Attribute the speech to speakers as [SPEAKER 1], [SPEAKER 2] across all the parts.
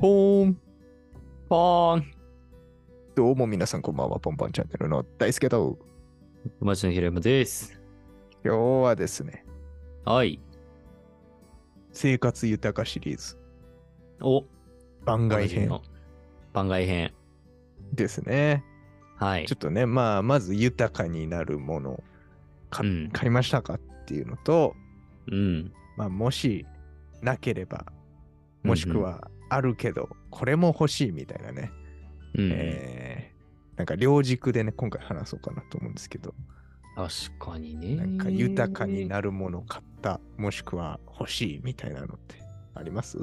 [SPEAKER 1] ポーン、ポーン。どうも皆さんこんばんは、ポンポンチャンネルの大輔と、
[SPEAKER 2] 友達の平山です。
[SPEAKER 1] 今日はですね、
[SPEAKER 2] はい。
[SPEAKER 1] 生活豊かシリーズ
[SPEAKER 2] お、
[SPEAKER 1] 番外
[SPEAKER 2] おなじみ
[SPEAKER 1] 編
[SPEAKER 2] の。番外編。
[SPEAKER 1] ですね。
[SPEAKER 2] はい
[SPEAKER 1] ちょ。っとね、まあ、まず豊かになるものを買,、
[SPEAKER 2] うん
[SPEAKER 1] 買いましたかっていうのと、
[SPEAKER 2] うん。
[SPEAKER 1] まあ、もしなければ、もしくはあるけど、これも欲しいみたいなね、
[SPEAKER 2] うん、
[SPEAKER 1] えーなんか両軸でね、今回話そうかなと思うんですけど、
[SPEAKER 2] 確かにね。
[SPEAKER 1] なんか豊かになるもの買った、もしくは欲しいみたいなのってあります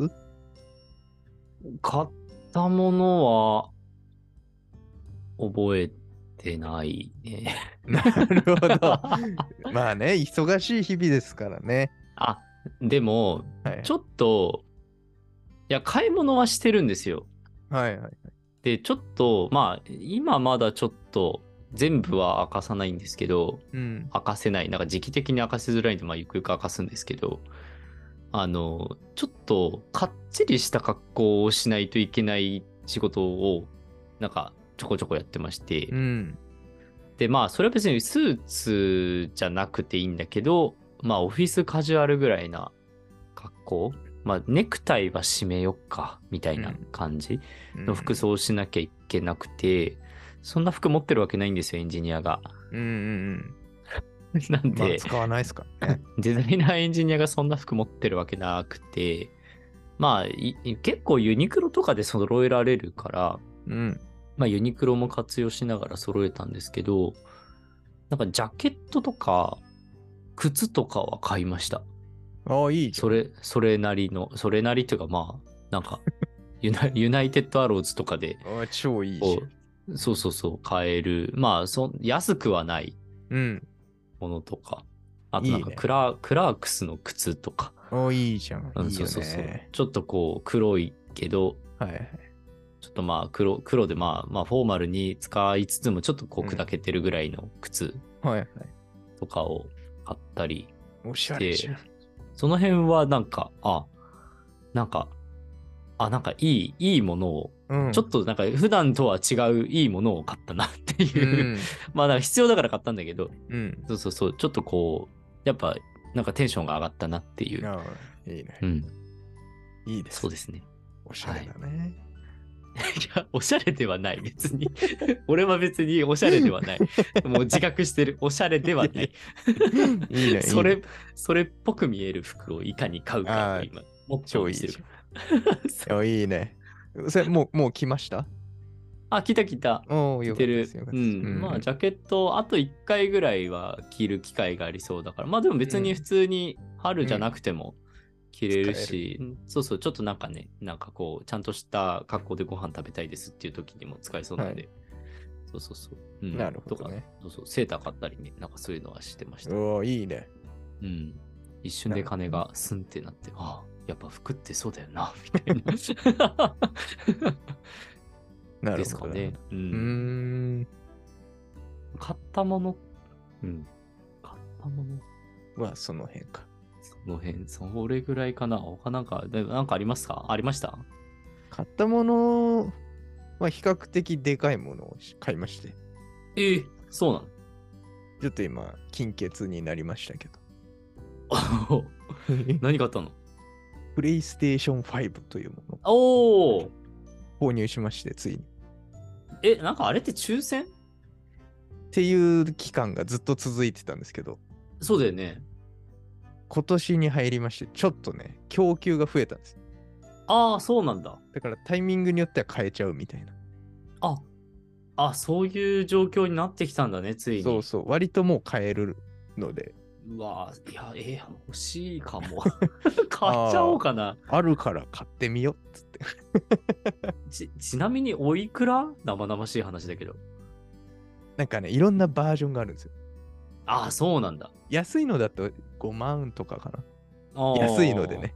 [SPEAKER 2] 買ったものは、覚えてないね。
[SPEAKER 1] なるほ ど。まあね、忙しい日々ですからね。
[SPEAKER 2] あ、でも、
[SPEAKER 1] はい、
[SPEAKER 2] ちょっと、いや、買い物はしてるんですよ。
[SPEAKER 1] はいはい。
[SPEAKER 2] で、ちょっと、まあ、今まだちょっと、全部は明かさないんですけど、
[SPEAKER 1] うん。
[SPEAKER 2] 明かせない、なんか時期的に明かしづらいんで、まあ、ゆくゆく明かすんですけど、あの、ちょっと、かっちりした格好をしないといけない仕事を、なんか、ちょこちょこやってまして、
[SPEAKER 1] うん。
[SPEAKER 2] で、まあ、それは別にスーツじゃなくていいんだけど、まあ、オフィスカジュアルぐらいな格好、まあ、ネクタイは締めよっか、みたいな感じの服装をしなきゃいけなくて、そんな服持ってるわけないんですよ、エンジニア が。
[SPEAKER 1] うんうん
[SPEAKER 2] なん
[SPEAKER 1] うん。まあ
[SPEAKER 2] で、
[SPEAKER 1] 使わないですからね。
[SPEAKER 2] デザイナーエンジニアがそんな服持ってるわけなくて、まあ、い結構ユニクロとかで揃えられるから、
[SPEAKER 1] うん。
[SPEAKER 2] まあ、ユニクロも活用しながら揃えたんですけど、なんかジャケットとか、靴とかは買いました。
[SPEAKER 1] ああ、いいじゃ
[SPEAKER 2] それ、それなりの、それなりっていうかまあ、な んかユナ、ユナイテッドアローズとかで、
[SPEAKER 1] ん。ああ超いいじゃ
[SPEAKER 2] こ
[SPEAKER 1] ん。
[SPEAKER 2] うそうそうそう、買える。まあそん、安くはない
[SPEAKER 1] うん。
[SPEAKER 2] ものとか、あとなん
[SPEAKER 1] いい
[SPEAKER 2] か
[SPEAKER 1] ね
[SPEAKER 2] クラクラークスの靴とか、
[SPEAKER 1] ああ、いいじゃん。
[SPEAKER 2] うん
[SPEAKER 1] いい
[SPEAKER 2] そう
[SPEAKER 1] よ
[SPEAKER 2] そうそう
[SPEAKER 1] ね。。
[SPEAKER 2] ちょっとこう黒いけど、
[SPEAKER 1] はいはい。
[SPEAKER 2] ちょっとまあ黒黒でまあまあフォーマルに使いつつもちょっとこう
[SPEAKER 1] うん
[SPEAKER 2] 砕けてるぐらいの靴
[SPEAKER 1] はいはい。
[SPEAKER 2] とかを買ったり、
[SPEAKER 1] おしゃれじゃん。
[SPEAKER 2] その辺はなんか、あ、なんか、あ、なんかいい、いいものを、
[SPEAKER 1] うん。
[SPEAKER 2] ちょっとなんか普段とは違ういいものを買ったなって
[SPEAKER 1] う
[SPEAKER 2] いう、
[SPEAKER 1] ん。
[SPEAKER 2] まあなんか必要だから買ったんだけど、
[SPEAKER 1] うん。
[SPEAKER 2] そうそうそう、ちょっとこう、やっぱなんかテンションが上がったなっていう、
[SPEAKER 1] ああ、 いいね。
[SPEAKER 2] うん、
[SPEAKER 1] いいです。
[SPEAKER 2] そうですね。
[SPEAKER 1] おしゃれだね。
[SPEAKER 2] いや、おしゃれではない、別に。俺は別におしゃれではない。もう自覚してる、おしゃれではない。
[SPEAKER 1] いいね。
[SPEAKER 2] そ
[SPEAKER 1] いい
[SPEAKER 2] れ
[SPEAKER 1] ね、
[SPEAKER 2] それっぽく見える服をいかに買うか
[SPEAKER 1] あ
[SPEAKER 2] を
[SPEAKER 1] ー
[SPEAKER 2] 今、目
[SPEAKER 1] 超
[SPEAKER 2] 標
[SPEAKER 1] いい
[SPEAKER 2] に
[SPEAKER 1] じ
[SPEAKER 2] して
[SPEAKER 1] ゃ
[SPEAKER 2] る
[SPEAKER 1] ん。。
[SPEAKER 2] そう
[SPEAKER 1] あいいね。それもう、もう来ました
[SPEAKER 2] あ、来た来た。
[SPEAKER 1] おお、
[SPEAKER 2] 着
[SPEAKER 1] よか
[SPEAKER 2] て
[SPEAKER 1] ったで
[SPEAKER 2] る
[SPEAKER 1] す。よかっ
[SPEAKER 2] う
[SPEAKER 1] たです
[SPEAKER 2] ん。まあ、ジャケット、あと1回ぐらいは着る機会がありそうだから。まあ、でも別に普通に春じゃなくても着れるし、そうそう、ちょっとなんかね、なんかこう、ちゃんとした格好でご飯食べたいですっていう時にも使えそうなんで。そうそうそう。うん
[SPEAKER 1] なるほどね。
[SPEAKER 2] とかそうそう、セーター買ったりね、なんかそういうのはしてました。う
[SPEAKER 1] おお、いいね。
[SPEAKER 2] ん。一瞬で金がスンってなって、ああ、やっぱ服ってそうだよ な、みたいな。
[SPEAKER 1] なるほど。
[SPEAKER 2] ですかね。う
[SPEAKER 1] うんーん。
[SPEAKER 2] 買ったもの、うん。買ったもの、
[SPEAKER 1] は、その辺か。
[SPEAKER 2] その辺、それぐらいかな。他なんか、でなんかありますかありました
[SPEAKER 1] 買ったものは比較的でかいものを買いまして、
[SPEAKER 2] ええそうな
[SPEAKER 1] ちょっと今、金欠になりましたけ ど。
[SPEAKER 2] の 何買ったの
[SPEAKER 1] プレイステーション5というもの
[SPEAKER 2] おお
[SPEAKER 1] を購入しまして、ついに。
[SPEAKER 2] え、なんかあれって抽選
[SPEAKER 1] っていう期間がずっと続いてたんですけど、
[SPEAKER 2] そうだよね。
[SPEAKER 1] 今年に入りまして、ちょっとね、供給が増えたんです。
[SPEAKER 2] ああ、そうなんだ。
[SPEAKER 1] だからタイミングによっては変えちゃうみたいな。
[SPEAKER 2] ああ、そういう状況になってきたんだね、ついに。
[SPEAKER 1] そうそう、割ともう変えるので、
[SPEAKER 2] うわーいや、ええ欲しいか も。買っちゃおうかな。
[SPEAKER 1] あるから買ってみようっつって。
[SPEAKER 2] ちちなみに、おいくら生々しい話だけど。
[SPEAKER 1] なんかね、いろんなバージョンがあるんですよ。
[SPEAKER 2] ああ、そうなんだ。
[SPEAKER 1] 安いのだと5万とかかな。
[SPEAKER 2] あー
[SPEAKER 1] 安いのでね。。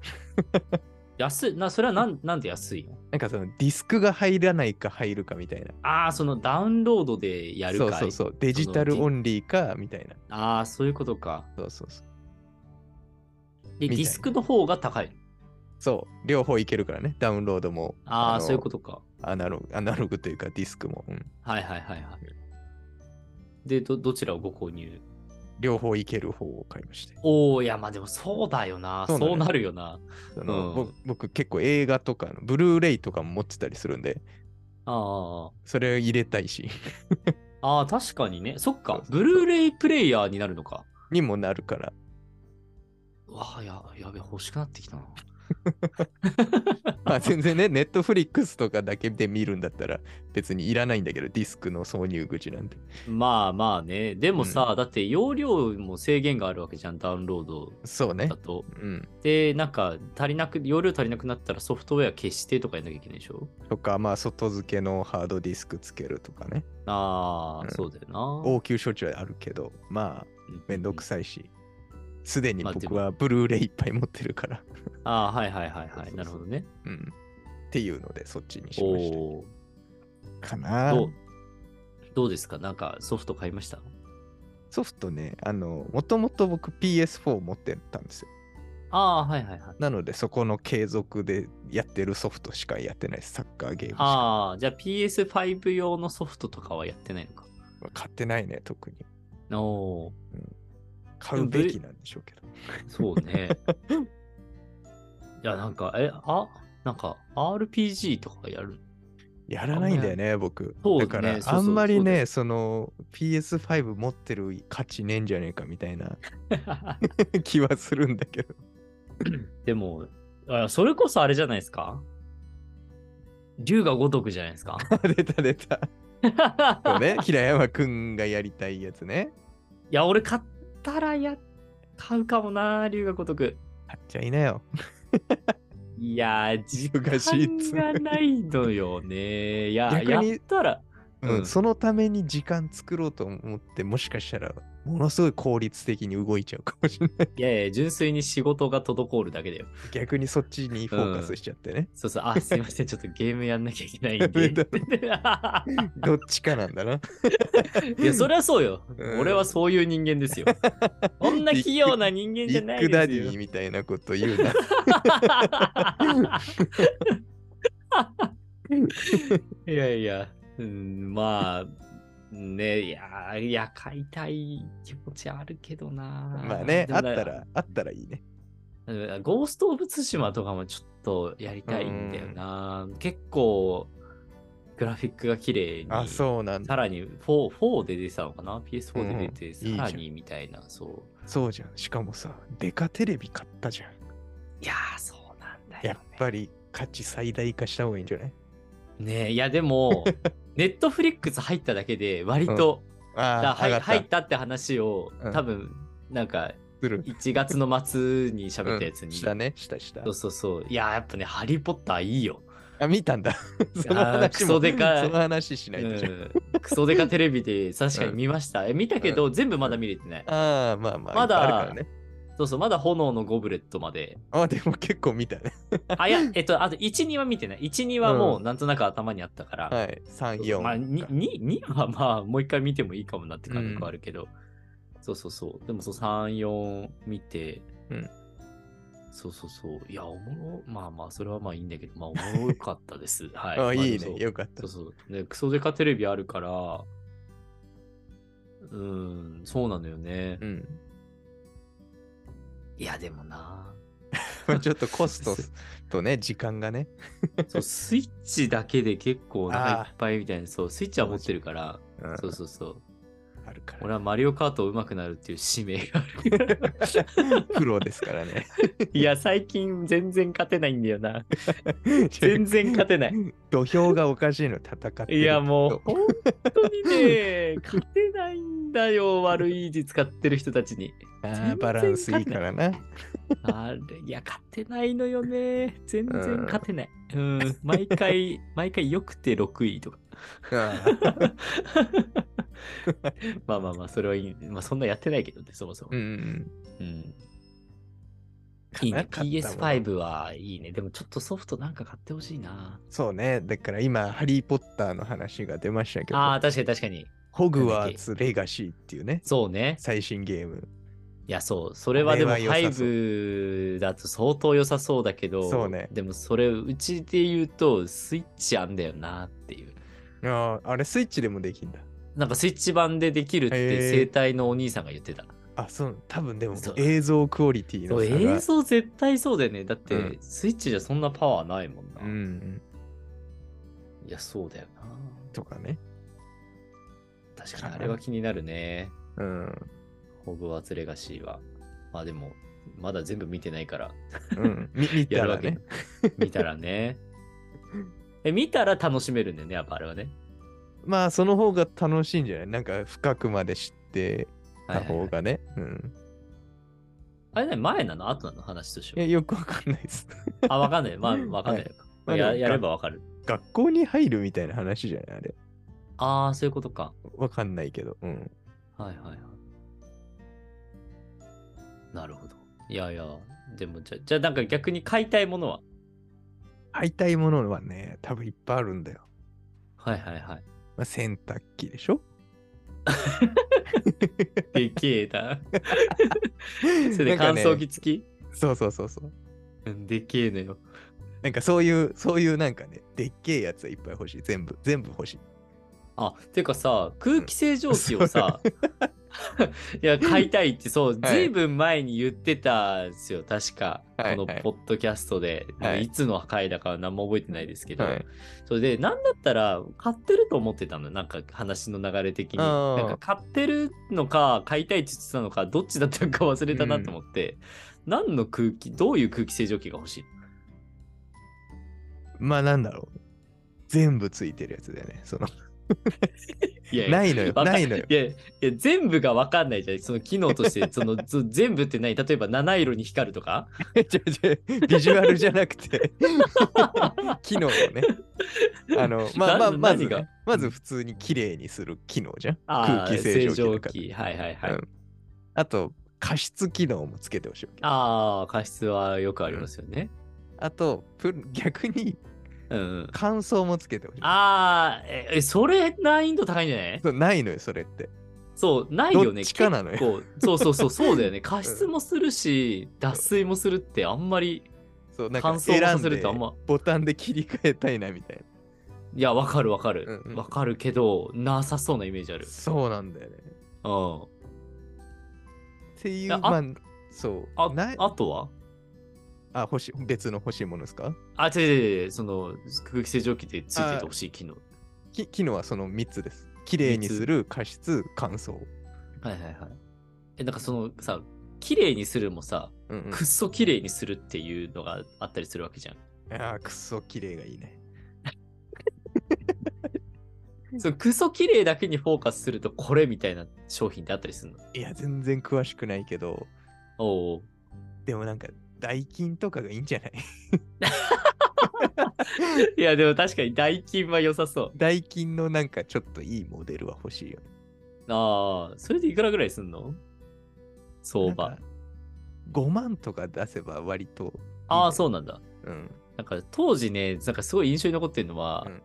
[SPEAKER 2] 安い、な、それはなんなんで安いの
[SPEAKER 1] なんかそのディスクが入らないか入るかみたいな。
[SPEAKER 2] ああ、そのダウンロードでやる
[SPEAKER 1] そ
[SPEAKER 2] か
[SPEAKER 1] う
[SPEAKER 2] い
[SPEAKER 1] そうそう。デジタルオンリーかみたいな。
[SPEAKER 2] ああ、そういうことか。
[SPEAKER 1] そうそうそう。み
[SPEAKER 2] で、
[SPEAKER 1] た
[SPEAKER 2] デ
[SPEAKER 1] い
[SPEAKER 2] ィスクの方が高い。
[SPEAKER 1] そう、両方いけるからね、ダウンロードも。
[SPEAKER 2] ああ、
[SPEAKER 1] の
[SPEAKER 2] そういうことか。
[SPEAKER 1] アナログ、アナログというかディスクも、うん
[SPEAKER 2] はいはいはいはい。で、ど、どちらをご購入
[SPEAKER 1] 両方いける方を買いまして。
[SPEAKER 2] おお、いや、まあでもそうだよな。
[SPEAKER 1] そ
[SPEAKER 2] そうう
[SPEAKER 1] なのよ
[SPEAKER 2] なるよな。
[SPEAKER 1] あの
[SPEAKER 2] うん
[SPEAKER 1] ぼ僕結構映画とかの、ブルーレイとかも持ってたりするんで、
[SPEAKER 2] あー
[SPEAKER 1] それ入れたいし、
[SPEAKER 2] あー、確かにね。そっ
[SPEAKER 1] そう
[SPEAKER 2] か
[SPEAKER 1] そ。うそう
[SPEAKER 2] ブルーレイプレイヤーになるのか。
[SPEAKER 1] にもなるから。
[SPEAKER 2] わあ、や、やべ、欲しくなってきたな。
[SPEAKER 1] まあ全然ね、ネットフリックスとかだけで見るんだったら別にいらないんだけど、ディスクの挿入口なんて。
[SPEAKER 2] まあまあね。でもさ、だって容量も制限があるわけじゃん、ダウンロード
[SPEAKER 1] そうね
[SPEAKER 2] だ。と。
[SPEAKER 1] うん。
[SPEAKER 2] で、なんか、足りなく、容量足りなくなったらソフトウェア消してとかやんなきゃいけないでしょ
[SPEAKER 1] とか、まあ外付けのハードディスクつけるとかね。
[SPEAKER 2] ああ、
[SPEAKER 1] うん
[SPEAKER 2] そうだよな。
[SPEAKER 1] 応急処置はあるけど、まあめんどく
[SPEAKER 2] さ
[SPEAKER 1] さいし、すでに
[SPEAKER 2] まあで
[SPEAKER 1] 僕
[SPEAKER 2] も
[SPEAKER 1] はブルーレイいっぱい持ってるから。
[SPEAKER 2] ああ、はいはいはい
[SPEAKER 1] そうそう
[SPEAKER 2] は
[SPEAKER 1] そ
[SPEAKER 2] い。
[SPEAKER 1] う
[SPEAKER 2] なるほどね。
[SPEAKER 1] うん。っていうので、そっちにし
[SPEAKER 2] お
[SPEAKER 1] まし
[SPEAKER 2] おー。
[SPEAKER 1] た。かな
[SPEAKER 2] どうどうですかなんかソフト買いました
[SPEAKER 1] ソフトね、あの、もともと僕 PS4 持ってたんですよ。
[SPEAKER 2] ああー、はいはいはい。
[SPEAKER 1] なので、そこの継続でやってるソフトしかやってないです。サッカーゲームしか
[SPEAKER 2] ああ、じゃあ PS5 用のソフトとかはやってないのか。
[SPEAKER 1] 買ってないね、特に。
[SPEAKER 2] おお、
[SPEAKER 1] 買うべきなんでしょうけど。
[SPEAKER 2] そうね。いや、なんか、え、あ、なんか RPG とかやる
[SPEAKER 1] やらないんだよね、僕。
[SPEAKER 2] そう
[SPEAKER 1] だ
[SPEAKER 2] ね
[SPEAKER 1] から、
[SPEAKER 2] そうそう
[SPEAKER 1] あんまり
[SPEAKER 2] そうだ
[SPEAKER 1] ね、その PS5 持ってる価値ねえんじゃねえかみたいな 気はするんだけ ど。
[SPEAKER 2] でも、あそれこそあれじゃないですか竜が如くじゃないですか
[SPEAKER 1] 出た出た。そうね、平山くんがやりたいやつね。
[SPEAKER 2] いや、俺買ったらや、買うかもな、竜が如く。
[SPEAKER 1] 買っちゃいなよ。
[SPEAKER 2] いやー、時間
[SPEAKER 1] 忙しいっつうのに
[SPEAKER 2] がないのよね。いや、
[SPEAKER 1] 逆
[SPEAKER 2] やっ
[SPEAKER 1] に
[SPEAKER 2] たら、
[SPEAKER 1] うん、
[SPEAKER 2] うん
[SPEAKER 1] そのために時間作ろうと思って、もしかしたら、ものすごい効率的に動いちゃうかもしれ ない。
[SPEAKER 2] いやいや、純粋に仕事が滞るだけだよ。
[SPEAKER 1] 逆にそっちにフォーカスしちゃってね。
[SPEAKER 2] そうそう、あ、すいません、ちょっとゲームやんなきゃいけない んで。 い
[SPEAKER 1] どっちかなんだな。
[SPEAKER 2] や、そりゃそうよ、
[SPEAKER 1] うん
[SPEAKER 2] 俺はそういう人 間ですよ。こんな器用な人間
[SPEAKER 1] ビ
[SPEAKER 2] じゃな
[SPEAKER 1] ッ
[SPEAKER 2] い
[SPEAKER 1] グダ
[SPEAKER 2] で
[SPEAKER 1] デ
[SPEAKER 2] すよ
[SPEAKER 1] ィ。みたいなこと言うな。
[SPEAKER 2] いやいや、うん、まあ、ね、いや、いや、買いたい気持ちあるけどな。
[SPEAKER 1] まあね、
[SPEAKER 2] で
[SPEAKER 1] あっ
[SPEAKER 2] もな
[SPEAKER 1] たら、あったらいいね。
[SPEAKER 2] うんゴースト・オブ・ツシマとかもちょっとやりたいんだよな。結構、グラフィックが綺麗に。
[SPEAKER 1] あ、そうなんだ。
[SPEAKER 2] さらに 4, 4で出てたのかな ?PS4 で出て、
[SPEAKER 1] うんうんいいじゃ
[SPEAKER 2] さ
[SPEAKER 1] ん
[SPEAKER 2] らにみたいな、そう。
[SPEAKER 1] そうじゃん。しかもさ、デカテレビ買ったじゃん。
[SPEAKER 2] いやー、そうなんだよ、ね。
[SPEAKER 1] やっぱり価値最大化した方がいいんじゃない
[SPEAKER 2] ねえ、いや でも、ネットフリックス入っただけで、割と、
[SPEAKER 1] あ
[SPEAKER 2] だ
[SPEAKER 1] あ、
[SPEAKER 2] は
[SPEAKER 1] 上が
[SPEAKER 2] い
[SPEAKER 1] った、
[SPEAKER 2] 入ったって話を、
[SPEAKER 1] うん
[SPEAKER 2] 多分、なんか、
[SPEAKER 1] する。
[SPEAKER 2] 1月の末に喋ったやつ
[SPEAKER 1] うん
[SPEAKER 2] に。
[SPEAKER 1] したね、したした
[SPEAKER 2] そう。そうそう。いやー、やっぱね、ハリー・ポッターいいよ。
[SPEAKER 1] あ、見たんだ。 その
[SPEAKER 2] あー
[SPEAKER 1] 話
[SPEAKER 2] ク
[SPEAKER 1] も、
[SPEAKER 2] ソでかい
[SPEAKER 1] その話しないとじゃん。
[SPEAKER 2] うん、クソデカテレビで確かに見ました。え見たけど、全部まだ見れてない。
[SPEAKER 1] ああ、まあまあ、
[SPEAKER 2] まだ
[SPEAKER 1] いっぱいあるからね。
[SPEAKER 2] そうそう、まだ炎のゴブレットまで。
[SPEAKER 1] あ、でも結構見たね。
[SPEAKER 2] あ、いや、えっと、あと1、2は見てない。1、2はもうなんとなく頭にあったから。
[SPEAKER 1] はい、3、4。
[SPEAKER 2] まあ、2, 2はまあ、もう一回見てもいいかもなって感覚はあるけど。そうそうそう。でも、そう、3、4見て。
[SPEAKER 1] うん
[SPEAKER 2] そうそうそう。いや、おもろ、まあまあ、それはまあいいんだけど、まあ、おもろかったです。 はい。ま
[SPEAKER 1] あ、いい
[SPEAKER 2] でも
[SPEAKER 1] ね、
[SPEAKER 2] そう
[SPEAKER 1] よかった
[SPEAKER 2] そう。そう。で、クソデカテレビあるから、うーん、そうなのよね。
[SPEAKER 1] うん。
[SPEAKER 2] いや、でもな。
[SPEAKER 1] まあちょっとコ ストとね、時間がね。
[SPEAKER 2] そう、スイッチだけで結構お腹
[SPEAKER 1] あ
[SPEAKER 2] い
[SPEAKER 1] ー
[SPEAKER 2] っぱいみたいな、そう、スイッチは持ってるから、
[SPEAKER 1] うん
[SPEAKER 2] そうそうそう。
[SPEAKER 1] あるから。
[SPEAKER 2] 俺はマリオカート上手くなるっていう使命があるから。
[SPEAKER 1] プロですからね。
[SPEAKER 2] いや、最近全然勝てないんだよ な。 全然勝てない。
[SPEAKER 1] 土俵がおかしいの戦ってる
[SPEAKER 2] いや、もう、本当にね、勝てないんだよ、悪い字使ってる人たちに。
[SPEAKER 1] あーバランスいいからな。
[SPEAKER 2] あれ、いや、勝てないのよね。全然勝てない。うん、毎回、 毎回良くて6位とか。まあまあまあ、それはいい。まあ、そんなやってないけどね、そもそも
[SPEAKER 1] う。ん。
[SPEAKER 2] うん。いいね。
[SPEAKER 1] 買ったもの
[SPEAKER 2] PS5 はいいね。でもちょっとソフトなんか買ってほしいな。
[SPEAKER 1] そうね。だから今、ハリー・ポッターの話が出ましたけど、
[SPEAKER 2] ああ、確かに確かに。
[SPEAKER 1] ホグワーツ・レガシーっていうね、
[SPEAKER 2] そうね。
[SPEAKER 1] 最新ゲーム。
[SPEAKER 2] いや、そう。それはでも、
[SPEAKER 1] あ
[SPEAKER 2] ハ
[SPEAKER 1] れは良
[SPEAKER 2] イ
[SPEAKER 1] さそう
[SPEAKER 2] ブだと相当良さそうだけど、
[SPEAKER 1] そうね
[SPEAKER 2] でも、それ、うちで言うと、スイッチあんだよなっていう。
[SPEAKER 1] あーあれスイッチでもできんだ。
[SPEAKER 2] なんか、スイッチ版でできるっ
[SPEAKER 1] へ
[SPEAKER 2] て、
[SPEAKER 1] ー
[SPEAKER 2] 生体のお兄さんが言ってた。
[SPEAKER 1] あ、そう、多分でも
[SPEAKER 2] そう
[SPEAKER 1] 映像クオリティ
[SPEAKER 2] そ
[SPEAKER 1] の
[SPEAKER 2] う
[SPEAKER 1] 差
[SPEAKER 2] 映
[SPEAKER 1] が。
[SPEAKER 2] 像絶対そうだよね。だって、
[SPEAKER 1] うん
[SPEAKER 2] スイッチじゃそんなパワーないもんな。
[SPEAKER 1] うん。
[SPEAKER 2] いや、そうだよな。
[SPEAKER 1] とかね。
[SPEAKER 2] 確かに、あれは気になるね。
[SPEAKER 1] うん。
[SPEAKER 2] ホグワーツレガシーは。まあでも、まだ全部見てないから、
[SPEAKER 1] うん。み見
[SPEAKER 2] や
[SPEAKER 1] た
[SPEAKER 2] る
[SPEAKER 1] ら
[SPEAKER 2] わけ、
[SPEAKER 1] ね。
[SPEAKER 2] 見たらね。 え、見たら楽しめるんだよね、やっぱあれはね。
[SPEAKER 1] まあ、その方が楽しいんじゃないなんか深くまで知ってた方がね。うん。
[SPEAKER 2] あれね、前なの後なの話とし
[SPEAKER 1] いや、
[SPEAKER 2] て
[SPEAKER 1] よくわかんないです。
[SPEAKER 2] は。あ、わかんない。まあ、わかんないのか。
[SPEAKER 1] はいまあで
[SPEAKER 2] や
[SPEAKER 1] も
[SPEAKER 2] やればわかる。
[SPEAKER 1] 学校に入るみたいな話じゃないあれ。
[SPEAKER 2] ああ、そういうことか。
[SPEAKER 1] わかんないけど。うん。
[SPEAKER 2] はいはいはい。なるほど。いやいや、でもじゃ、じゃあなんか逆に買いたいものは
[SPEAKER 1] 買いたいものはね、多分いっぱいあるんだよ。
[SPEAKER 2] はいは いはい。
[SPEAKER 1] まあ、洗濯機でし ょ
[SPEAKER 2] でけえ な。それ
[SPEAKER 1] な
[SPEAKER 2] で
[SPEAKER 1] んか
[SPEAKER 2] 乾
[SPEAKER 1] ね
[SPEAKER 2] 燥機付き、
[SPEAKER 1] そうそうそうそう。
[SPEAKER 2] うんでけえのよ。
[SPEAKER 1] なんかそういう、そういうなんかね、でっけえやつはいっぱい欲しい。全部、全部欲しい。
[SPEAKER 2] あ、てかさ、空気清浄機をさ、 いや、買いたいって、そう、
[SPEAKER 1] はい
[SPEAKER 2] ずいぶん前に言ってたんですよ、確か。
[SPEAKER 1] はい
[SPEAKER 2] この
[SPEAKER 1] はい
[SPEAKER 2] ポッドキャストで、、
[SPEAKER 1] はいい
[SPEAKER 2] つの回だかは何も覚えてないですけど、
[SPEAKER 1] はい
[SPEAKER 2] それで、なんだったら買ってると思ってたの、なんか話の流れ的に。
[SPEAKER 1] あー
[SPEAKER 2] なんか買ってるのか、買いたいって言ってたのか、どっちだったか忘れたなと思って、何の空気、どういう空気清浄機が欲しい
[SPEAKER 1] まあなんだろう。全部ついてるやつだよね。そ の、
[SPEAKER 2] いやいや
[SPEAKER 1] ないのよ。
[SPEAKER 2] わかん
[SPEAKER 1] ないのよ。
[SPEAKER 2] いやいや全部が分かんないじゃんその機能 としてそのず全部ってない例えば七色に光るとか
[SPEAKER 1] ちょちょビジュアルじゃなく て、機能をね。あの、まあまあ、
[SPEAKER 2] な
[SPEAKER 1] まず
[SPEAKER 2] 何が
[SPEAKER 1] ね、まず普通に綺麗にする機能じゃん。
[SPEAKER 2] あー
[SPEAKER 1] 空気清浄機とか
[SPEAKER 2] 清浄機はいはいはい、
[SPEAKER 1] うんあと、加湿機能もつけてほしいわけ。
[SPEAKER 2] ああ加湿はよくありますよね、
[SPEAKER 1] あと、プル逆に
[SPEAKER 2] うんうん、
[SPEAKER 1] 乾燥もつけてほしい。
[SPEAKER 2] ああええそれ難易度高いんじゃない
[SPEAKER 1] そうないのよ、それって。
[SPEAKER 2] そうないよ
[SPEAKER 1] ど
[SPEAKER 2] ね
[SPEAKER 1] っちかなのよ
[SPEAKER 2] 結構そうそうそうそ うだよね加湿もするし、脱水もするってあんまり
[SPEAKER 1] そう、 なんか
[SPEAKER 2] 乾燥も
[SPEAKER 1] 選
[SPEAKER 2] さ
[SPEAKER 1] ん
[SPEAKER 2] せる
[SPEAKER 1] で
[SPEAKER 2] とあんま
[SPEAKER 1] ボタンで切り替えたいなみたいな。
[SPEAKER 2] いやわかるわかるわ、
[SPEAKER 1] うんうん
[SPEAKER 2] かるけどなさそうなイメージある
[SPEAKER 1] そうなんだよね。
[SPEAKER 2] うん
[SPEAKER 1] ってい、
[SPEAKER 2] いうや
[SPEAKER 1] ま
[SPEAKER 2] あ
[SPEAKER 1] あ、そう。
[SPEAKER 2] あ
[SPEAKER 1] ない
[SPEAKER 2] あとは
[SPEAKER 1] あ、欲しい、別の欲しいものですか
[SPEAKER 2] あ、違う違う違う、その空気清浄機でついててほしい機能。
[SPEAKER 1] き機能はその3つです。綺麗にする、加湿、乾燥。
[SPEAKER 2] はいはいはい。え、なんかそのさ、綺麗にするもさ、
[SPEAKER 1] うんうん、
[SPEAKER 2] くっそ綺麗にするっていうのがあったりするわけじゃん。
[SPEAKER 1] あーくっそ綺麗がいいね。
[SPEAKER 2] そのくっそ綺麗だけにフォーカスするとこれみたいな商品ってあったりするの。
[SPEAKER 1] いや、全然詳しくないけど、
[SPEAKER 2] おお。
[SPEAKER 1] でもなんか、ダイキンとかがいいんじゃない
[SPEAKER 2] いや、でも確かに代金は良さそう。
[SPEAKER 1] ダイキンのなんかちょっといいモデルは欲しいよね。
[SPEAKER 2] ああ、それでいくらぐらいすんの相
[SPEAKER 1] な
[SPEAKER 2] 場
[SPEAKER 1] ん。か5万とか出せば割といいね、
[SPEAKER 2] ああ、そうなんだ。
[SPEAKER 1] うん。
[SPEAKER 2] なんか当時ね、なんかすごい印象に残ってるのは、
[SPEAKER 1] うん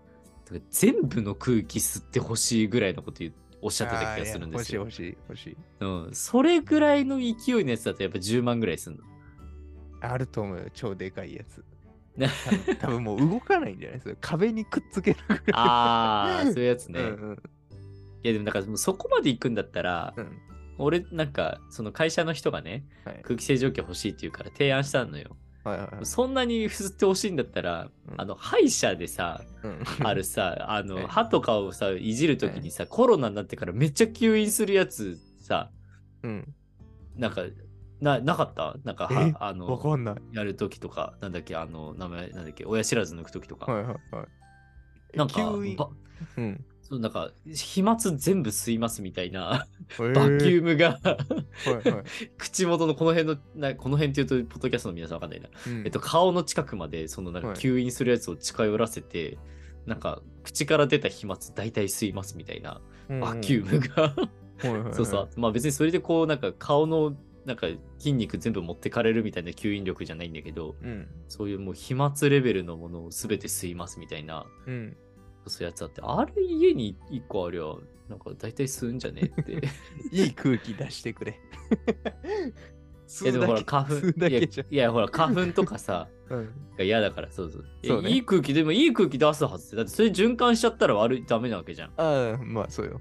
[SPEAKER 2] なんか全部の空気吸ってほしいぐらいのこと言うおっしゃってた
[SPEAKER 1] あー
[SPEAKER 2] 気
[SPEAKER 1] い
[SPEAKER 2] が
[SPEAKER 1] や
[SPEAKER 2] するんですよ
[SPEAKER 1] 欲。しい欲しい欲しい。
[SPEAKER 2] うん、それぐらいの勢いのやつだとやっぱ10万ぐらいすんの。
[SPEAKER 1] あると思うよ、超でかいやつ
[SPEAKER 2] ね。
[SPEAKER 1] 多分多分もう動かないんじゃないそれ壁にくっつけるぐらい。
[SPEAKER 2] ああ、そういうやつね。
[SPEAKER 1] うんうん
[SPEAKER 2] いやでもなんかもうそこまで行くんだったら、
[SPEAKER 1] うん
[SPEAKER 2] 俺なんかその会社の人がね、
[SPEAKER 1] はい
[SPEAKER 2] 空気清浄機欲しいって言うから提案したのよ。
[SPEAKER 1] はいはいはい
[SPEAKER 2] そんなに吸ってほしいんだったら、
[SPEAKER 1] うん
[SPEAKER 2] あの歯医者でさ、
[SPEAKER 1] うん
[SPEAKER 2] あるさ、あ
[SPEAKER 1] はい
[SPEAKER 2] の歯とかをさ、いじるときにさ、コロナになってからめっちゃ吸引するやつさ、
[SPEAKER 1] うん。
[SPEAKER 2] なんか、ななかったなんか
[SPEAKER 1] え
[SPEAKER 2] は、あ
[SPEAKER 1] わ
[SPEAKER 2] の、
[SPEAKER 1] かんない。
[SPEAKER 2] やるときとか、なんだっけ、あの、名前、なんだっけ、親知らず抜くときとか、
[SPEAKER 1] はいはいはい。
[SPEAKER 2] なんか
[SPEAKER 1] 吸引
[SPEAKER 2] ば
[SPEAKER 1] うん。
[SPEAKER 2] そうなんか飛沫全部吸いますみたいな
[SPEAKER 1] バ
[SPEAKER 2] バキュームが
[SPEAKER 1] はいはい。
[SPEAKER 2] 口元のこの辺のなこの辺っていうとポッドキャストの皆さんわかんないな、えっと、顔の近くまでそのなんか
[SPEAKER 1] はい
[SPEAKER 2] 吸引するやつを近寄らせて、なんか口から出た飛沫大体吸いますみたいなバキュームが
[SPEAKER 1] ー
[SPEAKER 2] そうさまあ別にそれでこうなんか顔のなんか筋肉全部持ってかれるみたいな吸引力じゃないんだけど
[SPEAKER 1] うん。
[SPEAKER 2] そういうもう飛沫レベルのものを全て吸いますみたいな
[SPEAKER 1] うん。
[SPEAKER 2] そういうやつあってあれ家に1個ありゃなんか大体吸うんじゃねえ って。
[SPEAKER 1] いい空気出してくれ。
[SPEAKER 2] いやでもほら花粉
[SPEAKER 1] 吸うだけ吸うだけじゃん。
[SPEAKER 2] いやいやほら花粉とかさ
[SPEAKER 1] うん
[SPEAKER 2] が嫌だからそうそういや
[SPEAKER 1] そうね
[SPEAKER 2] いい空気でもいい空気出すはずってだってそれ循環しちゃったら悪いダメなわけじゃん
[SPEAKER 1] ああ、まあそうよ。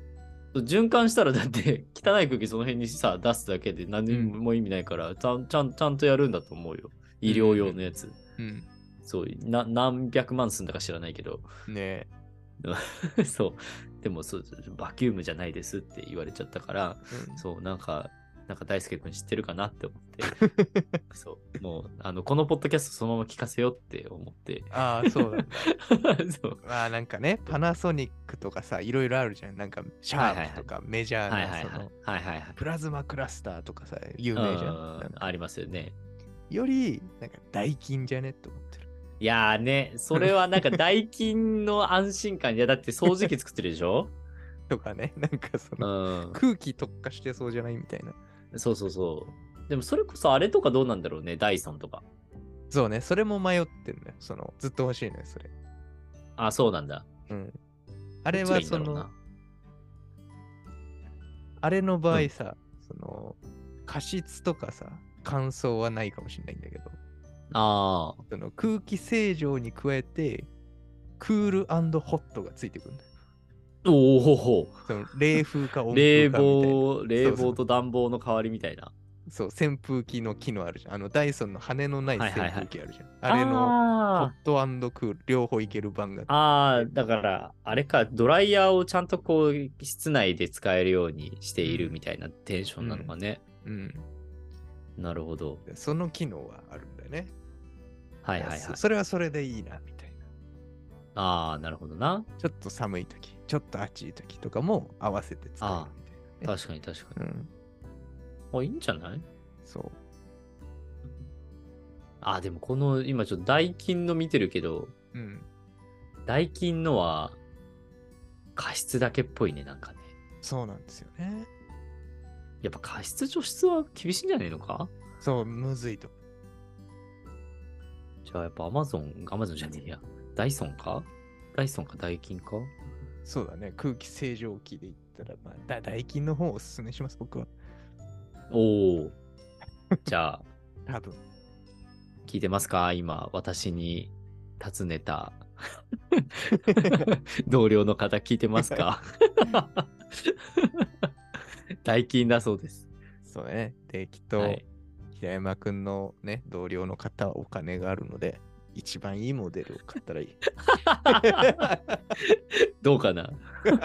[SPEAKER 2] 循環したらだって 汚い空気その辺にさ出すだけで何にも意味ないから、ちゃんちゃんちゃんとやるんだと思うよ医療用のやつ、
[SPEAKER 1] うん。
[SPEAKER 2] そうな何百万すんだか知らないけど
[SPEAKER 1] ねえ。
[SPEAKER 2] そうでもそうバキュームじゃないですって言われちゃったからそうなんかなんか大輔君知ってるかなって思って そうもうあのこのポッドキャストそのまま聞かせようって思って
[SPEAKER 1] ああ、そうなんだ。
[SPEAKER 2] そう
[SPEAKER 1] まあなんかね、パナソニックとかさ、いろいろあるじゃん。なんかシャープとかメジャ
[SPEAKER 2] はいはい
[SPEAKER 1] ー
[SPEAKER 2] はい
[SPEAKER 1] なその
[SPEAKER 2] はいはいはい
[SPEAKER 1] プラズマクラスターとかさ、有
[SPEAKER 2] う
[SPEAKER 1] 名じゃん。なん
[SPEAKER 2] ん
[SPEAKER 1] か
[SPEAKER 2] ありますよね
[SPEAKER 1] より、なんか大金じゃねって思ってる。
[SPEAKER 2] いやーね、それはなんか代金の安心感。いや、だって掃除機作ってるで しょ
[SPEAKER 1] とかね、なんかそうの
[SPEAKER 2] ん。
[SPEAKER 1] 空気特化してそうじゃないみたいな。
[SPEAKER 2] そうそうそう。でもそれこそあれとかどうなんだろうね、ダイソンとか。
[SPEAKER 1] そうね、それも迷ってんだよ。そのずっと欲しいのよ、それ。
[SPEAKER 2] あ、そうなんだ。
[SPEAKER 1] うん。あ
[SPEAKER 2] あ
[SPEAKER 1] れはその、あれの場合さ、その、加湿とかさ、乾燥はないかもしれないんだけど、
[SPEAKER 2] ああ、
[SPEAKER 1] その空気清浄に加えて、クールホットがついてくるんだよ。
[SPEAKER 2] おおほほ。
[SPEAKER 1] その冷風か温
[SPEAKER 2] 冷
[SPEAKER 1] 風かみたいな。
[SPEAKER 2] 房、冷房と暖房の代わりみたいな。
[SPEAKER 1] そう、扇風機の機能あるじゃん。あの、ダイソンの羽のない
[SPEAKER 2] はい
[SPEAKER 1] 扇
[SPEAKER 2] はいはい
[SPEAKER 1] 風機あるじゃん。あれのホッ
[SPEAKER 2] あ
[SPEAKER 1] トクール、両方いける版が
[SPEAKER 2] あ。。ああ、だから、あれか、ドライヤーをちゃんとこう、室内で使えるようにしているみたいなテンションなのかね。
[SPEAKER 1] うん。
[SPEAKER 2] なるほど。
[SPEAKER 1] その機能はあるんだよね。
[SPEAKER 2] はいはいはい。
[SPEAKER 1] そそれはそれでいいな、みたいな。
[SPEAKER 2] ああ、なるほどな。
[SPEAKER 1] ちょっと寒い時、ちょっと暑い時とかも合わせて使うみたいなね。
[SPEAKER 2] 確かに確かに。
[SPEAKER 1] うん、
[SPEAKER 2] あ、いいんじゃない
[SPEAKER 1] そう。
[SPEAKER 2] あ、でもこの、今ちょっとダイキンの見てるけど、
[SPEAKER 1] うん、
[SPEAKER 2] ダイキンのは、加湿だけっぽいね、なんかね。
[SPEAKER 1] そうなんですよね。
[SPEAKER 2] やっぱ加湿除湿は厳しいんじゃないのか
[SPEAKER 1] そう、むずいと。
[SPEAKER 2] じゃあやっぱアマゾン、アマゾンじゃねえや。ダイソンかダイソンかダイキンか
[SPEAKER 1] そうだね、空気清浄機で言ったら、まあ、だダイキンの方をおすすめします、僕は。
[SPEAKER 2] おお。じゃあ、
[SPEAKER 1] 多 分。
[SPEAKER 2] 聞いてますか今、私に尋ねた 同僚の方聞いてますか ダイキンだそうです。
[SPEAKER 1] そうだね。で、きっと、
[SPEAKER 2] はい
[SPEAKER 1] 平山くんのね、同僚の方はお金があるので、一番いいモデルを買ったらいい。
[SPEAKER 2] どうかな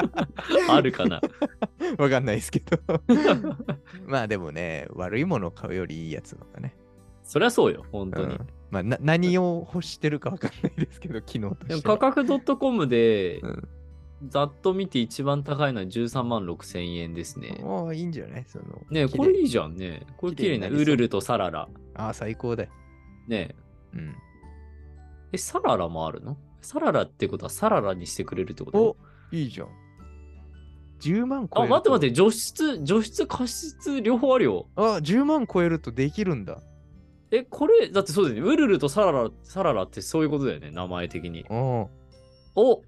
[SPEAKER 2] あるかな
[SPEAKER 1] わかんないですけど。 まあでもね、悪いものを買うよりいいやつの方がね。
[SPEAKER 2] そりゃそうよ、本当
[SPEAKER 1] う
[SPEAKER 2] に。
[SPEAKER 1] ん、まあな、何を欲してるかわかんないですけど、機能と
[SPEAKER 2] でも
[SPEAKER 1] しては。
[SPEAKER 2] 価格 .com で、
[SPEAKER 1] うん
[SPEAKER 2] ざっと見て一番高いのは13万6千円ですね。
[SPEAKER 1] もういいんじゃないその
[SPEAKER 2] ね
[SPEAKER 1] 綺麗
[SPEAKER 2] これいいじゃんね。これ綺
[SPEAKER 1] 綺麗
[SPEAKER 2] 麗な。
[SPEAKER 1] になりそう
[SPEAKER 2] ウルルとサララ。
[SPEAKER 1] ああ、最高だよ。
[SPEAKER 2] ね
[SPEAKER 1] うん。
[SPEAKER 2] え、サララもあるのサララってことはサララにしてくれるってこと
[SPEAKER 1] おいいじゃん。10万超える
[SPEAKER 2] あ、
[SPEAKER 1] と
[SPEAKER 2] 待って待って、除湿、除湿、加湿、両方あるよ。
[SPEAKER 1] あ、10万超えるとできるんだ。
[SPEAKER 2] え、これ、だってそうだよね。ウルルとサララ、サララってそういうことだよね、名前的に。
[SPEAKER 1] うん。
[SPEAKER 2] お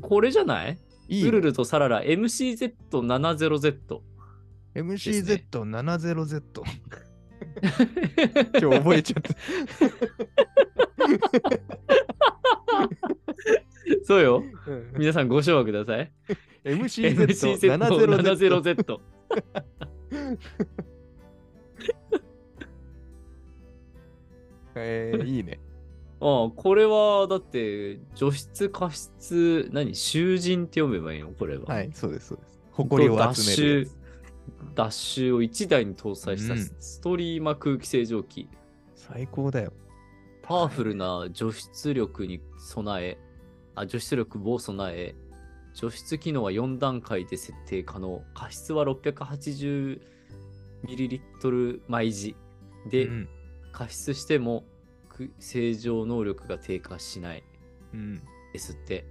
[SPEAKER 2] これじゃない
[SPEAKER 1] いいね。
[SPEAKER 2] ウルルとサララ、MCZ70Z。
[SPEAKER 1] MCZ70Z。今日覚えちゃ った。
[SPEAKER 2] そうよ。皆さんご唱和ください。
[SPEAKER 1] MCZ70Z。
[SPEAKER 2] MCZ70Z。
[SPEAKER 1] えー、いいね。
[SPEAKER 2] あこれは、だって、除湿、加湿、何囚人って読めばいいのこれは。
[SPEAKER 1] はい、そうです、そうです。埃を集めるやつ。
[SPEAKER 2] ダッシュを1台に搭載した
[SPEAKER 1] うん
[SPEAKER 2] ストリーマ空気清浄機。
[SPEAKER 1] 最高だよ。
[SPEAKER 2] パワフルな除湿力に備え、あ、除湿力を備え、除湿機能は4段階で設定可能。加湿は 680ml 毎時
[SPEAKER 1] う
[SPEAKER 2] で、
[SPEAKER 1] ん。
[SPEAKER 2] 加湿してもく清浄能力が低下しない
[SPEAKER 1] うん
[SPEAKER 2] ですって。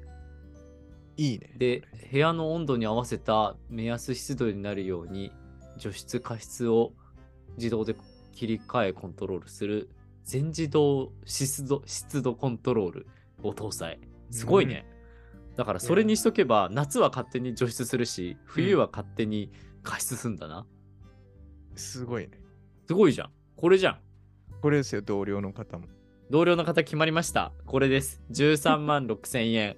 [SPEAKER 1] いいね。
[SPEAKER 2] で、部屋の温度に合わせた目安湿度になるように除湿加湿を自動で切り替えコントロールする全自動湿度湿度コントロールを搭載。すごいね。だからそれにしとけば、夏は勝手に除湿するし、冬は勝手に加湿すんだな。
[SPEAKER 1] すごいね。
[SPEAKER 2] すごいじゃん。これじゃん。
[SPEAKER 1] これですよ、同僚の方も。
[SPEAKER 2] 同僚の方決まりました。これです。13万6千円。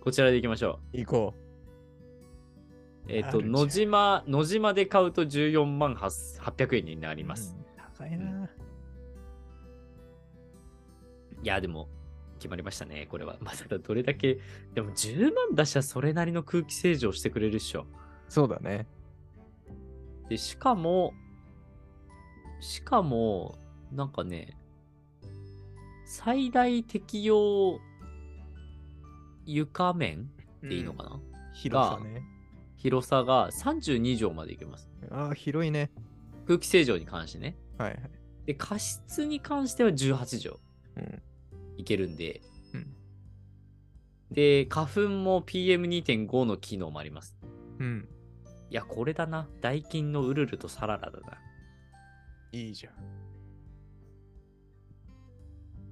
[SPEAKER 2] こちらでいきましょう。
[SPEAKER 1] 行こ
[SPEAKER 2] えっ、
[SPEAKER 1] ある
[SPEAKER 2] と、
[SPEAKER 1] じゃん
[SPEAKER 2] 野島、野島で買うと14万800円にな
[SPEAKER 1] う。
[SPEAKER 2] ります。
[SPEAKER 1] うん高いな。
[SPEAKER 2] いや、でも、決まりましたね、これは。 まあ、ただどれだけ、でも10万出しゃそれなりの空気清浄してくれるっしょ。
[SPEAKER 1] そうだね。
[SPEAKER 2] で、しかも、しかも、なんかね、最大適用床面でいいのかな、
[SPEAKER 1] 広さね。
[SPEAKER 2] 広さが32畳までいけます。
[SPEAKER 1] ああ、広いね。
[SPEAKER 2] 空気清浄に関してね。
[SPEAKER 1] はいはい。
[SPEAKER 2] で、加湿に関しては18畳。
[SPEAKER 1] うん
[SPEAKER 2] いけるんで。
[SPEAKER 1] うん
[SPEAKER 2] で、花粉も PM2.5 の機能もあります。
[SPEAKER 1] うん。
[SPEAKER 2] いや、これだな。ダイキンのウルルとサララだな。
[SPEAKER 1] いいじゃん。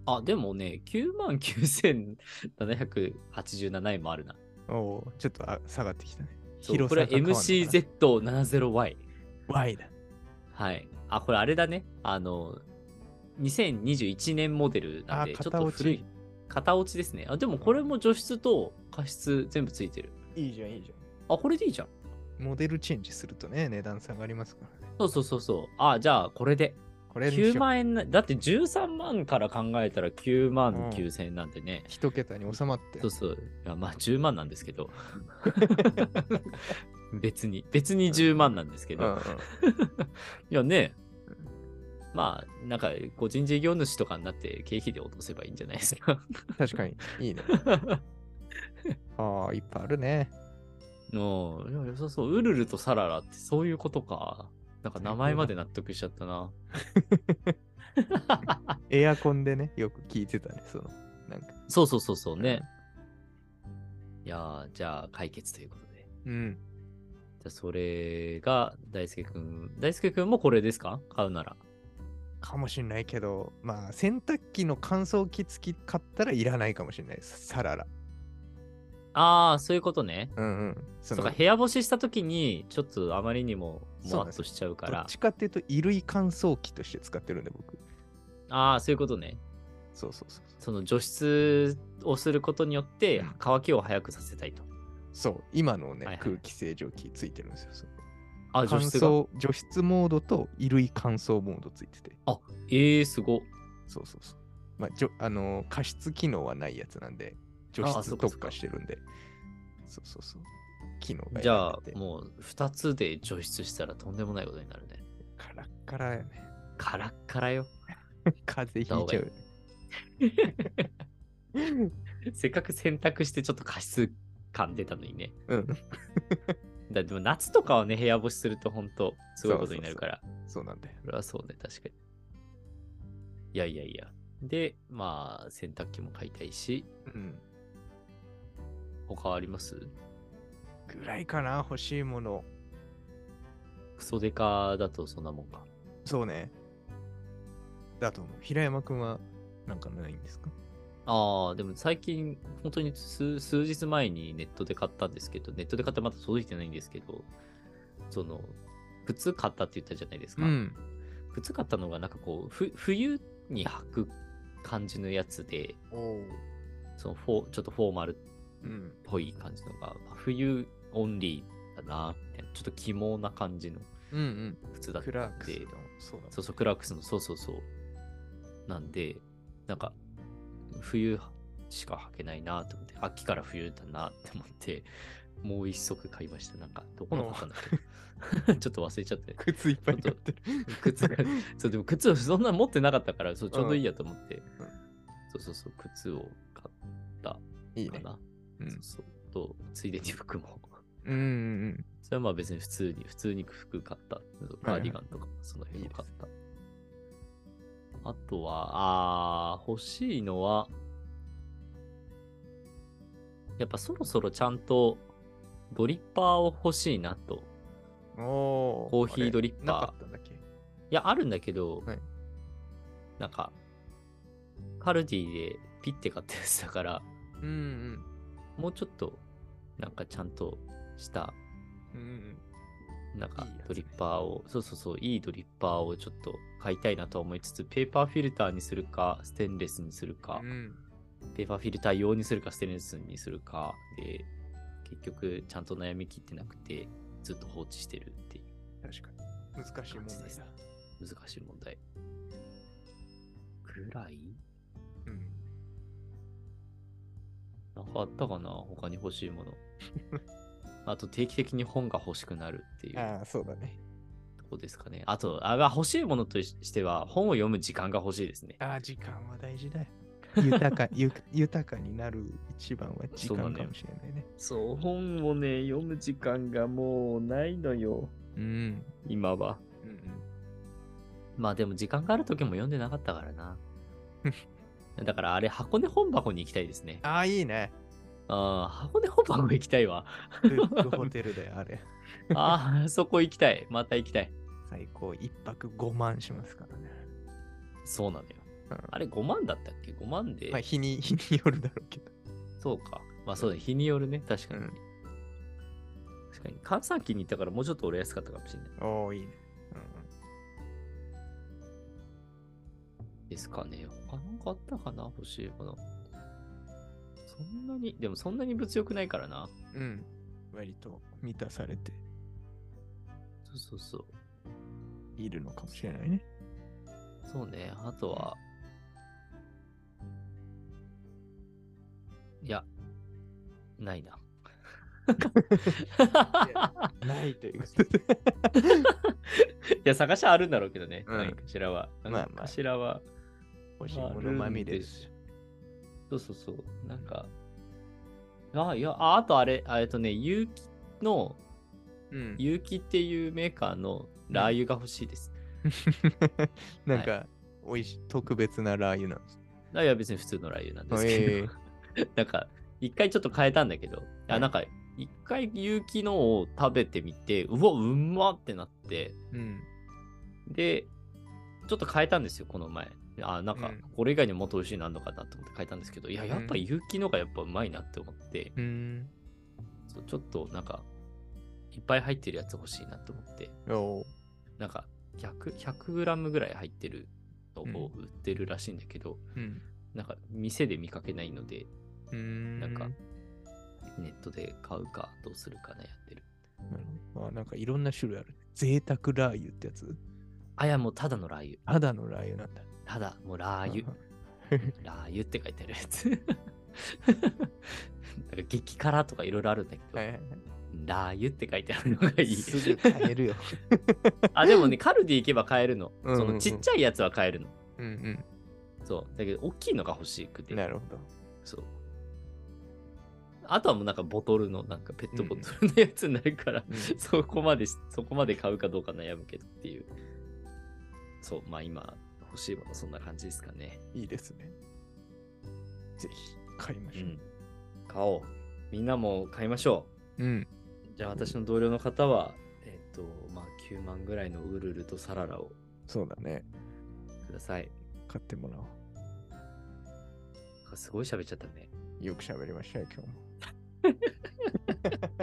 [SPEAKER 2] あ、でもね、99,787円もあるな。
[SPEAKER 1] おお、ちょっとあ下がってきたね。
[SPEAKER 2] そうこ
[SPEAKER 1] 広
[SPEAKER 2] れ
[SPEAKER 1] さ
[SPEAKER 2] は
[SPEAKER 1] が変わんのかな
[SPEAKER 2] MCZ70Y。
[SPEAKER 1] Y だ。
[SPEAKER 2] はい。あ、これあれだね。あの、2021年モデルなんで、
[SPEAKER 1] あ
[SPEAKER 2] ちょっと古い
[SPEAKER 1] 片。
[SPEAKER 2] 片落ちですね。あ、でもこれも除湿と加湿全部ついてる。
[SPEAKER 1] いいじゃん、いいじ
[SPEAKER 2] あ、これでいいじゃん。
[SPEAKER 1] ゃん。モデルチェンジするとね、値段下がりますからね。
[SPEAKER 2] そうそうそうそう。あ、じゃあこれで。
[SPEAKER 1] これにしよう
[SPEAKER 2] 9万円な、だって13万から考えたら9万9000円なんでね。
[SPEAKER 1] 一桁に収まって。
[SPEAKER 2] そうそう。いやまあ10万なんですけど。 別に、別に10万なんですけど。
[SPEAKER 1] うんうん
[SPEAKER 2] いやね、まあ、なんか個人事業主とかになって経費で落とせばいいんじゃないで すか。
[SPEAKER 1] 確かに、いい ね。ああ、いっぱいあるね。
[SPEAKER 2] のいや良さそう。ウルルとサララってそういうことか。なんか名前まで納得しちゃっ たな。
[SPEAKER 1] エアコンでね、よく聞いてたね、その、なんか。
[SPEAKER 2] そうそうそうそうね。いやーじゃあ解決ということで。
[SPEAKER 1] うん。
[SPEAKER 2] じゃあそれが大輔くん。大輔くんもこれですか買うなら。
[SPEAKER 1] かもしんないけど、まあ、洗濯機の乾燥機付き買ったらいらないかもしれないです。サララ。
[SPEAKER 2] ああ、そういうことね。
[SPEAKER 1] うんうん。そ
[SPEAKER 2] そう
[SPEAKER 1] の
[SPEAKER 2] か、部屋干しした時にちょっとあまりにもも
[SPEAKER 1] そう
[SPEAKER 2] わ
[SPEAKER 1] なんで
[SPEAKER 2] っ
[SPEAKER 1] す
[SPEAKER 2] としちゃうか
[SPEAKER 1] ど
[SPEAKER 2] ら
[SPEAKER 1] っ。ちかっていうと、衣類乾燥機として使ってるんで、僕。
[SPEAKER 2] ああ、そういうことね。
[SPEAKER 1] そうそうそう。
[SPEAKER 2] その除湿をすることによって
[SPEAKER 1] うん
[SPEAKER 2] 乾きを早くさせたいと。
[SPEAKER 1] そう、今のね、
[SPEAKER 2] はいはい
[SPEAKER 1] 空気清浄機ついてるんですよ。そう
[SPEAKER 2] あ、
[SPEAKER 1] 乾
[SPEAKER 2] 除湿が。
[SPEAKER 1] 燥、除湿モードと衣類乾燥モードついてて。
[SPEAKER 2] ええー、すご。
[SPEAKER 1] そうそうそう。まあ、じょあのー加湿機能はないやつなんで、除
[SPEAKER 2] あそ
[SPEAKER 1] 湿
[SPEAKER 2] っかそ
[SPEAKER 1] 特
[SPEAKER 2] っか
[SPEAKER 1] 化してるんで。そうそうそう。機能が
[SPEAKER 2] じゃあ
[SPEAKER 1] 選べて、
[SPEAKER 2] もう2つで除湿したらとんでもないことになるね。
[SPEAKER 1] カラッカラやね。
[SPEAKER 2] カラッカラよ。
[SPEAKER 1] 風邪ひいちゃうよね。
[SPEAKER 2] せっかく洗濯してちょっと加湿感出たのにね。
[SPEAKER 1] うん、
[SPEAKER 2] だでも夏とかはね、部屋干しすると本当すごいことになるから。
[SPEAKER 1] そうなんだよ。
[SPEAKER 2] それはそうね、確かに。いやいやいや。で、まあ、洗濯機も買いたいし、
[SPEAKER 1] うん。
[SPEAKER 2] 他あります
[SPEAKER 1] ぐらいかな、欲しいもの。
[SPEAKER 2] クソデカだとそんなもんか。
[SPEAKER 1] そうね。だと思う。平山くんは、なんかないんですか
[SPEAKER 2] ああ、でも最近、本当に数数日前にネットで買ったんですけど、ネットで買ってまだ届いてないんですけど、その、靴買ったって言ったじゃないです
[SPEAKER 1] う
[SPEAKER 2] か。
[SPEAKER 1] ん。
[SPEAKER 2] 靴買ったのがなんかこう、ふ冬に履く感じのやつで、
[SPEAKER 1] おう。
[SPEAKER 2] そのフォーちょっとフォーマルっ
[SPEAKER 1] うん。
[SPEAKER 2] ぽい感じのが、まあ冬オンリーだな、みたいな、ちょっと奇妙な感じの
[SPEAKER 1] うん
[SPEAKER 2] 靴
[SPEAKER 1] う
[SPEAKER 2] だ
[SPEAKER 1] ん。
[SPEAKER 2] った
[SPEAKER 1] クラー
[SPEAKER 2] ん
[SPEAKER 1] クス
[SPEAKER 2] で
[SPEAKER 1] の、、そうだもん
[SPEAKER 2] そうそう、クラークスの、そうそうそう。なんで、なんか、冬しか履けないなと思って、秋から冬だなって思って、もう一足買いました。なんか、どこの買ったんだっけ ちょっと忘れちゃって。
[SPEAKER 1] 靴いっぱい買ってる。
[SPEAKER 2] 靴 が、そう、でも靴をそんな持ってなかったから、そうちょうどいいやと思って、
[SPEAKER 1] うん
[SPEAKER 2] そうそうそう、靴を買った
[SPEAKER 1] いい
[SPEAKER 2] か
[SPEAKER 1] ね。
[SPEAKER 2] な。
[SPEAKER 1] うん
[SPEAKER 2] そうそうと、ついでに服も。
[SPEAKER 1] うんうん
[SPEAKER 2] それはまあ別に普通に、普通に服買った。カーディガンとか、その辺を買った。あとは、あー欲しいのは、やっぱそろそろちゃんとドリッパーを欲しいなと。
[SPEAKER 1] うん。おお。
[SPEAKER 2] コーヒードリッパー
[SPEAKER 1] なかったんだっけ
[SPEAKER 2] いや、あるんだけど、
[SPEAKER 1] はい
[SPEAKER 2] なんか、カルディでピッて買ったやつだから、
[SPEAKER 1] うんうん
[SPEAKER 2] もうちょっと、なんかちゃんとした、
[SPEAKER 1] うんうん
[SPEAKER 2] なんか
[SPEAKER 1] いいやつね
[SPEAKER 2] ドリッパーを、そうそうそう、いいドリッパーをちょっと買いたいなとは思いつつ、ペーパーフィルターにするか、ステンレスにするか
[SPEAKER 1] う、ん
[SPEAKER 2] ペーパーフィルター用にするか、ステンレスにするか、で、結局、ちゃんと悩みきってなくて、ずっと放置してるっていう
[SPEAKER 1] 確かに難しい問
[SPEAKER 2] 感じで
[SPEAKER 1] 題
[SPEAKER 2] す
[SPEAKER 1] だ。
[SPEAKER 2] 難しい問題。ぐらい
[SPEAKER 1] うん
[SPEAKER 2] なんかあったかな他に欲しいもの。 あと定期的に本が欲しくなるっていう
[SPEAKER 1] ああそうだね
[SPEAKER 2] とこですかね。あと、あが欲しいものとしては本を読む時間が欲しいですね。
[SPEAKER 1] ああ時間は大事だよ 豊かゆ豊かになる一番は時間かもしれないね
[SPEAKER 2] そう、本をね、読む時間がもうないのよ、
[SPEAKER 1] うん
[SPEAKER 2] 今は。
[SPEAKER 1] うんうん
[SPEAKER 2] まあでも時間がある時も読んでなかったか らな。だからあれ、箱根本箱に行きたいですね。
[SPEAKER 1] ああいいね
[SPEAKER 2] ああ、箱根本箱行きたいわ。
[SPEAKER 1] ルックホテルだよあれ
[SPEAKER 2] ああ、そこ行きたい。また行きたい。
[SPEAKER 1] 最高一泊5万しますからね
[SPEAKER 2] そうなのよ
[SPEAKER 1] うん。
[SPEAKER 2] あれ5万だったっけ ?5 万で。
[SPEAKER 1] まあ日に日によるだろうけど
[SPEAKER 2] そうか。まあそうだ、日によるね、確か
[SPEAKER 1] う
[SPEAKER 2] に。
[SPEAKER 1] ん
[SPEAKER 2] 確かに。閑散期に行ったからもうちょっと俺安かったかもしれない。
[SPEAKER 1] おおいいね
[SPEAKER 2] ですかね。他なんかあったかな欲しいもの。そんなに、でもそんなに物欲ないからな。
[SPEAKER 1] うん、うん、割と満たされて
[SPEAKER 2] そうそうそう。
[SPEAKER 1] いるのかもしれないね
[SPEAKER 2] そうね。あとは、いや、ないな。
[SPEAKER 1] ないと いうことで
[SPEAKER 2] いや、探しはあるんだろうけどね。
[SPEAKER 1] うん
[SPEAKER 2] 何かしらは。
[SPEAKER 1] まあまあ
[SPEAKER 2] 何かしらは。
[SPEAKER 1] 欲しいものまみれです
[SPEAKER 2] そうそうそう。なんか、あ、いや、ああとあれ、あえっとね、有機の、
[SPEAKER 1] うん
[SPEAKER 2] 有機っていうメーカーのラー油が欲しいです。
[SPEAKER 1] なんか、おいしい特別なラー油なんです。
[SPEAKER 2] ラー油は別に普通のラー油なんです
[SPEAKER 1] え
[SPEAKER 2] けど、 なんか、一回ちょっと変えたんだけど、あなんか、一回有機のを食べてみて、うわ、うまってなって、
[SPEAKER 1] うん。
[SPEAKER 2] で、ちょっと変えたんですよ、この前。あなんか
[SPEAKER 1] うん、
[SPEAKER 2] これ以外にもっと美味しいのあんのかなと思って変えたんですけど、いや、やっぱ有機のがやっぱうまいなって思って、
[SPEAKER 1] うん。
[SPEAKER 2] そうちょっとなんか、いっぱい入ってるやつ欲しいなと思って、
[SPEAKER 1] おう
[SPEAKER 2] なんか100、100g ぐらい入ってるのを売ってるらしいんだけど、
[SPEAKER 1] うん。
[SPEAKER 2] なんか店で見かけないので、
[SPEAKER 1] うん。
[SPEAKER 2] なんか
[SPEAKER 1] る
[SPEAKER 2] ネットで買うかどうするかね、やってる。
[SPEAKER 1] ほどあなんかいろんな種類ある。贅沢ラー油ってやつ
[SPEAKER 2] あ、いや、もうただのラー
[SPEAKER 1] ただのラー油なんだ。
[SPEAKER 2] 油。ただ、もうラー油。ラー油って書いてあるやつ。 なんか激辛とかいろいろあるんだけど、
[SPEAKER 1] はいはいは
[SPEAKER 2] ラー油って書いてあるのがい
[SPEAKER 1] い。
[SPEAKER 2] い。
[SPEAKER 1] すぐ買えるよ。
[SPEAKER 2] あ、でもね、カルディ行けば買えるの。
[SPEAKER 1] うんうんうん
[SPEAKER 2] そのちっちゃいやつは買えるの。
[SPEAKER 1] うん
[SPEAKER 2] そう。だけど、大きいのが欲しく
[SPEAKER 1] う
[SPEAKER 2] て。
[SPEAKER 1] ん。なるほど。
[SPEAKER 2] そう。あとはもうなんかボトルの、なんかペットボトルのやつになるから、
[SPEAKER 1] うん
[SPEAKER 2] そこまでし、そこまで買うかどうか悩むけどっていう。そう、まあ今欲しいものそんな感じですかね。
[SPEAKER 1] いいですね。ぜひ買いま
[SPEAKER 2] う
[SPEAKER 1] しょう。
[SPEAKER 2] ん。買おう。みんなも買いましょ
[SPEAKER 1] うん。
[SPEAKER 2] う。じゃあ私の同僚の方は、えっ、と、まあ9万ぐらいのウルルとサララを
[SPEAKER 1] そうだね。
[SPEAKER 2] ください。
[SPEAKER 1] 買ってもらおう。
[SPEAKER 2] あすごい喋っちゃったね。
[SPEAKER 1] よく喋りましたよ、今日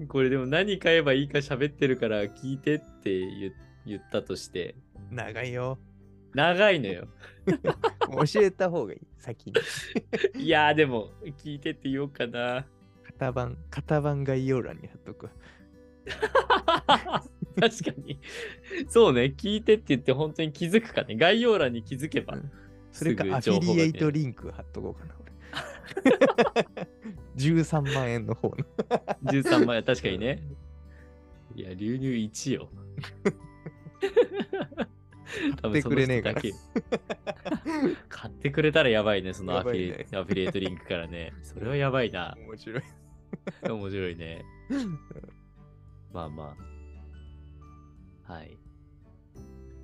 [SPEAKER 1] も。
[SPEAKER 2] これでも何買えばいいか喋ってるから聞いてって言言ったとして、
[SPEAKER 1] 長いよ。
[SPEAKER 2] 長いの よ。
[SPEAKER 1] 教えた方 がいい。先に。
[SPEAKER 2] いやーでも聞いてって言おうかな。
[SPEAKER 1] 型番、型番概要欄に貼っとく。
[SPEAKER 2] 確かに。そうね、聞いてって言って本当に気づくかね。概要欄に気づけば
[SPEAKER 1] う。んそれかアフィリエイトリンク貼っとこうかな、俺。13万円の方の。
[SPEAKER 2] 13万円、確かにね。いや、流入1よ。 多
[SPEAKER 1] 買ってくれねえから
[SPEAKER 2] その人だけ 買ってくれたらやばいね、そのアフィリ,、
[SPEAKER 1] やばい
[SPEAKER 2] アフィリエイトリンクからね。それはやばいな。
[SPEAKER 1] 面白い。
[SPEAKER 2] 面白いね。まあまあ。はい。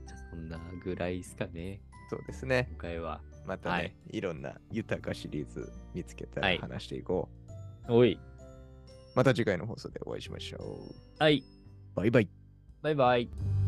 [SPEAKER 2] じゃあそんなぐらいですかね、
[SPEAKER 1] そうですね。
[SPEAKER 2] 今回は。
[SPEAKER 1] またね、
[SPEAKER 2] はいい、
[SPEAKER 1] ろんな豊かシリーズ見つけた
[SPEAKER 2] は
[SPEAKER 1] ら
[SPEAKER 2] い
[SPEAKER 1] 話していこう。
[SPEAKER 2] おい。
[SPEAKER 1] また次回の放送でお会いしましょう。
[SPEAKER 2] はい。
[SPEAKER 1] バイバイ。
[SPEAKER 2] バイバイ。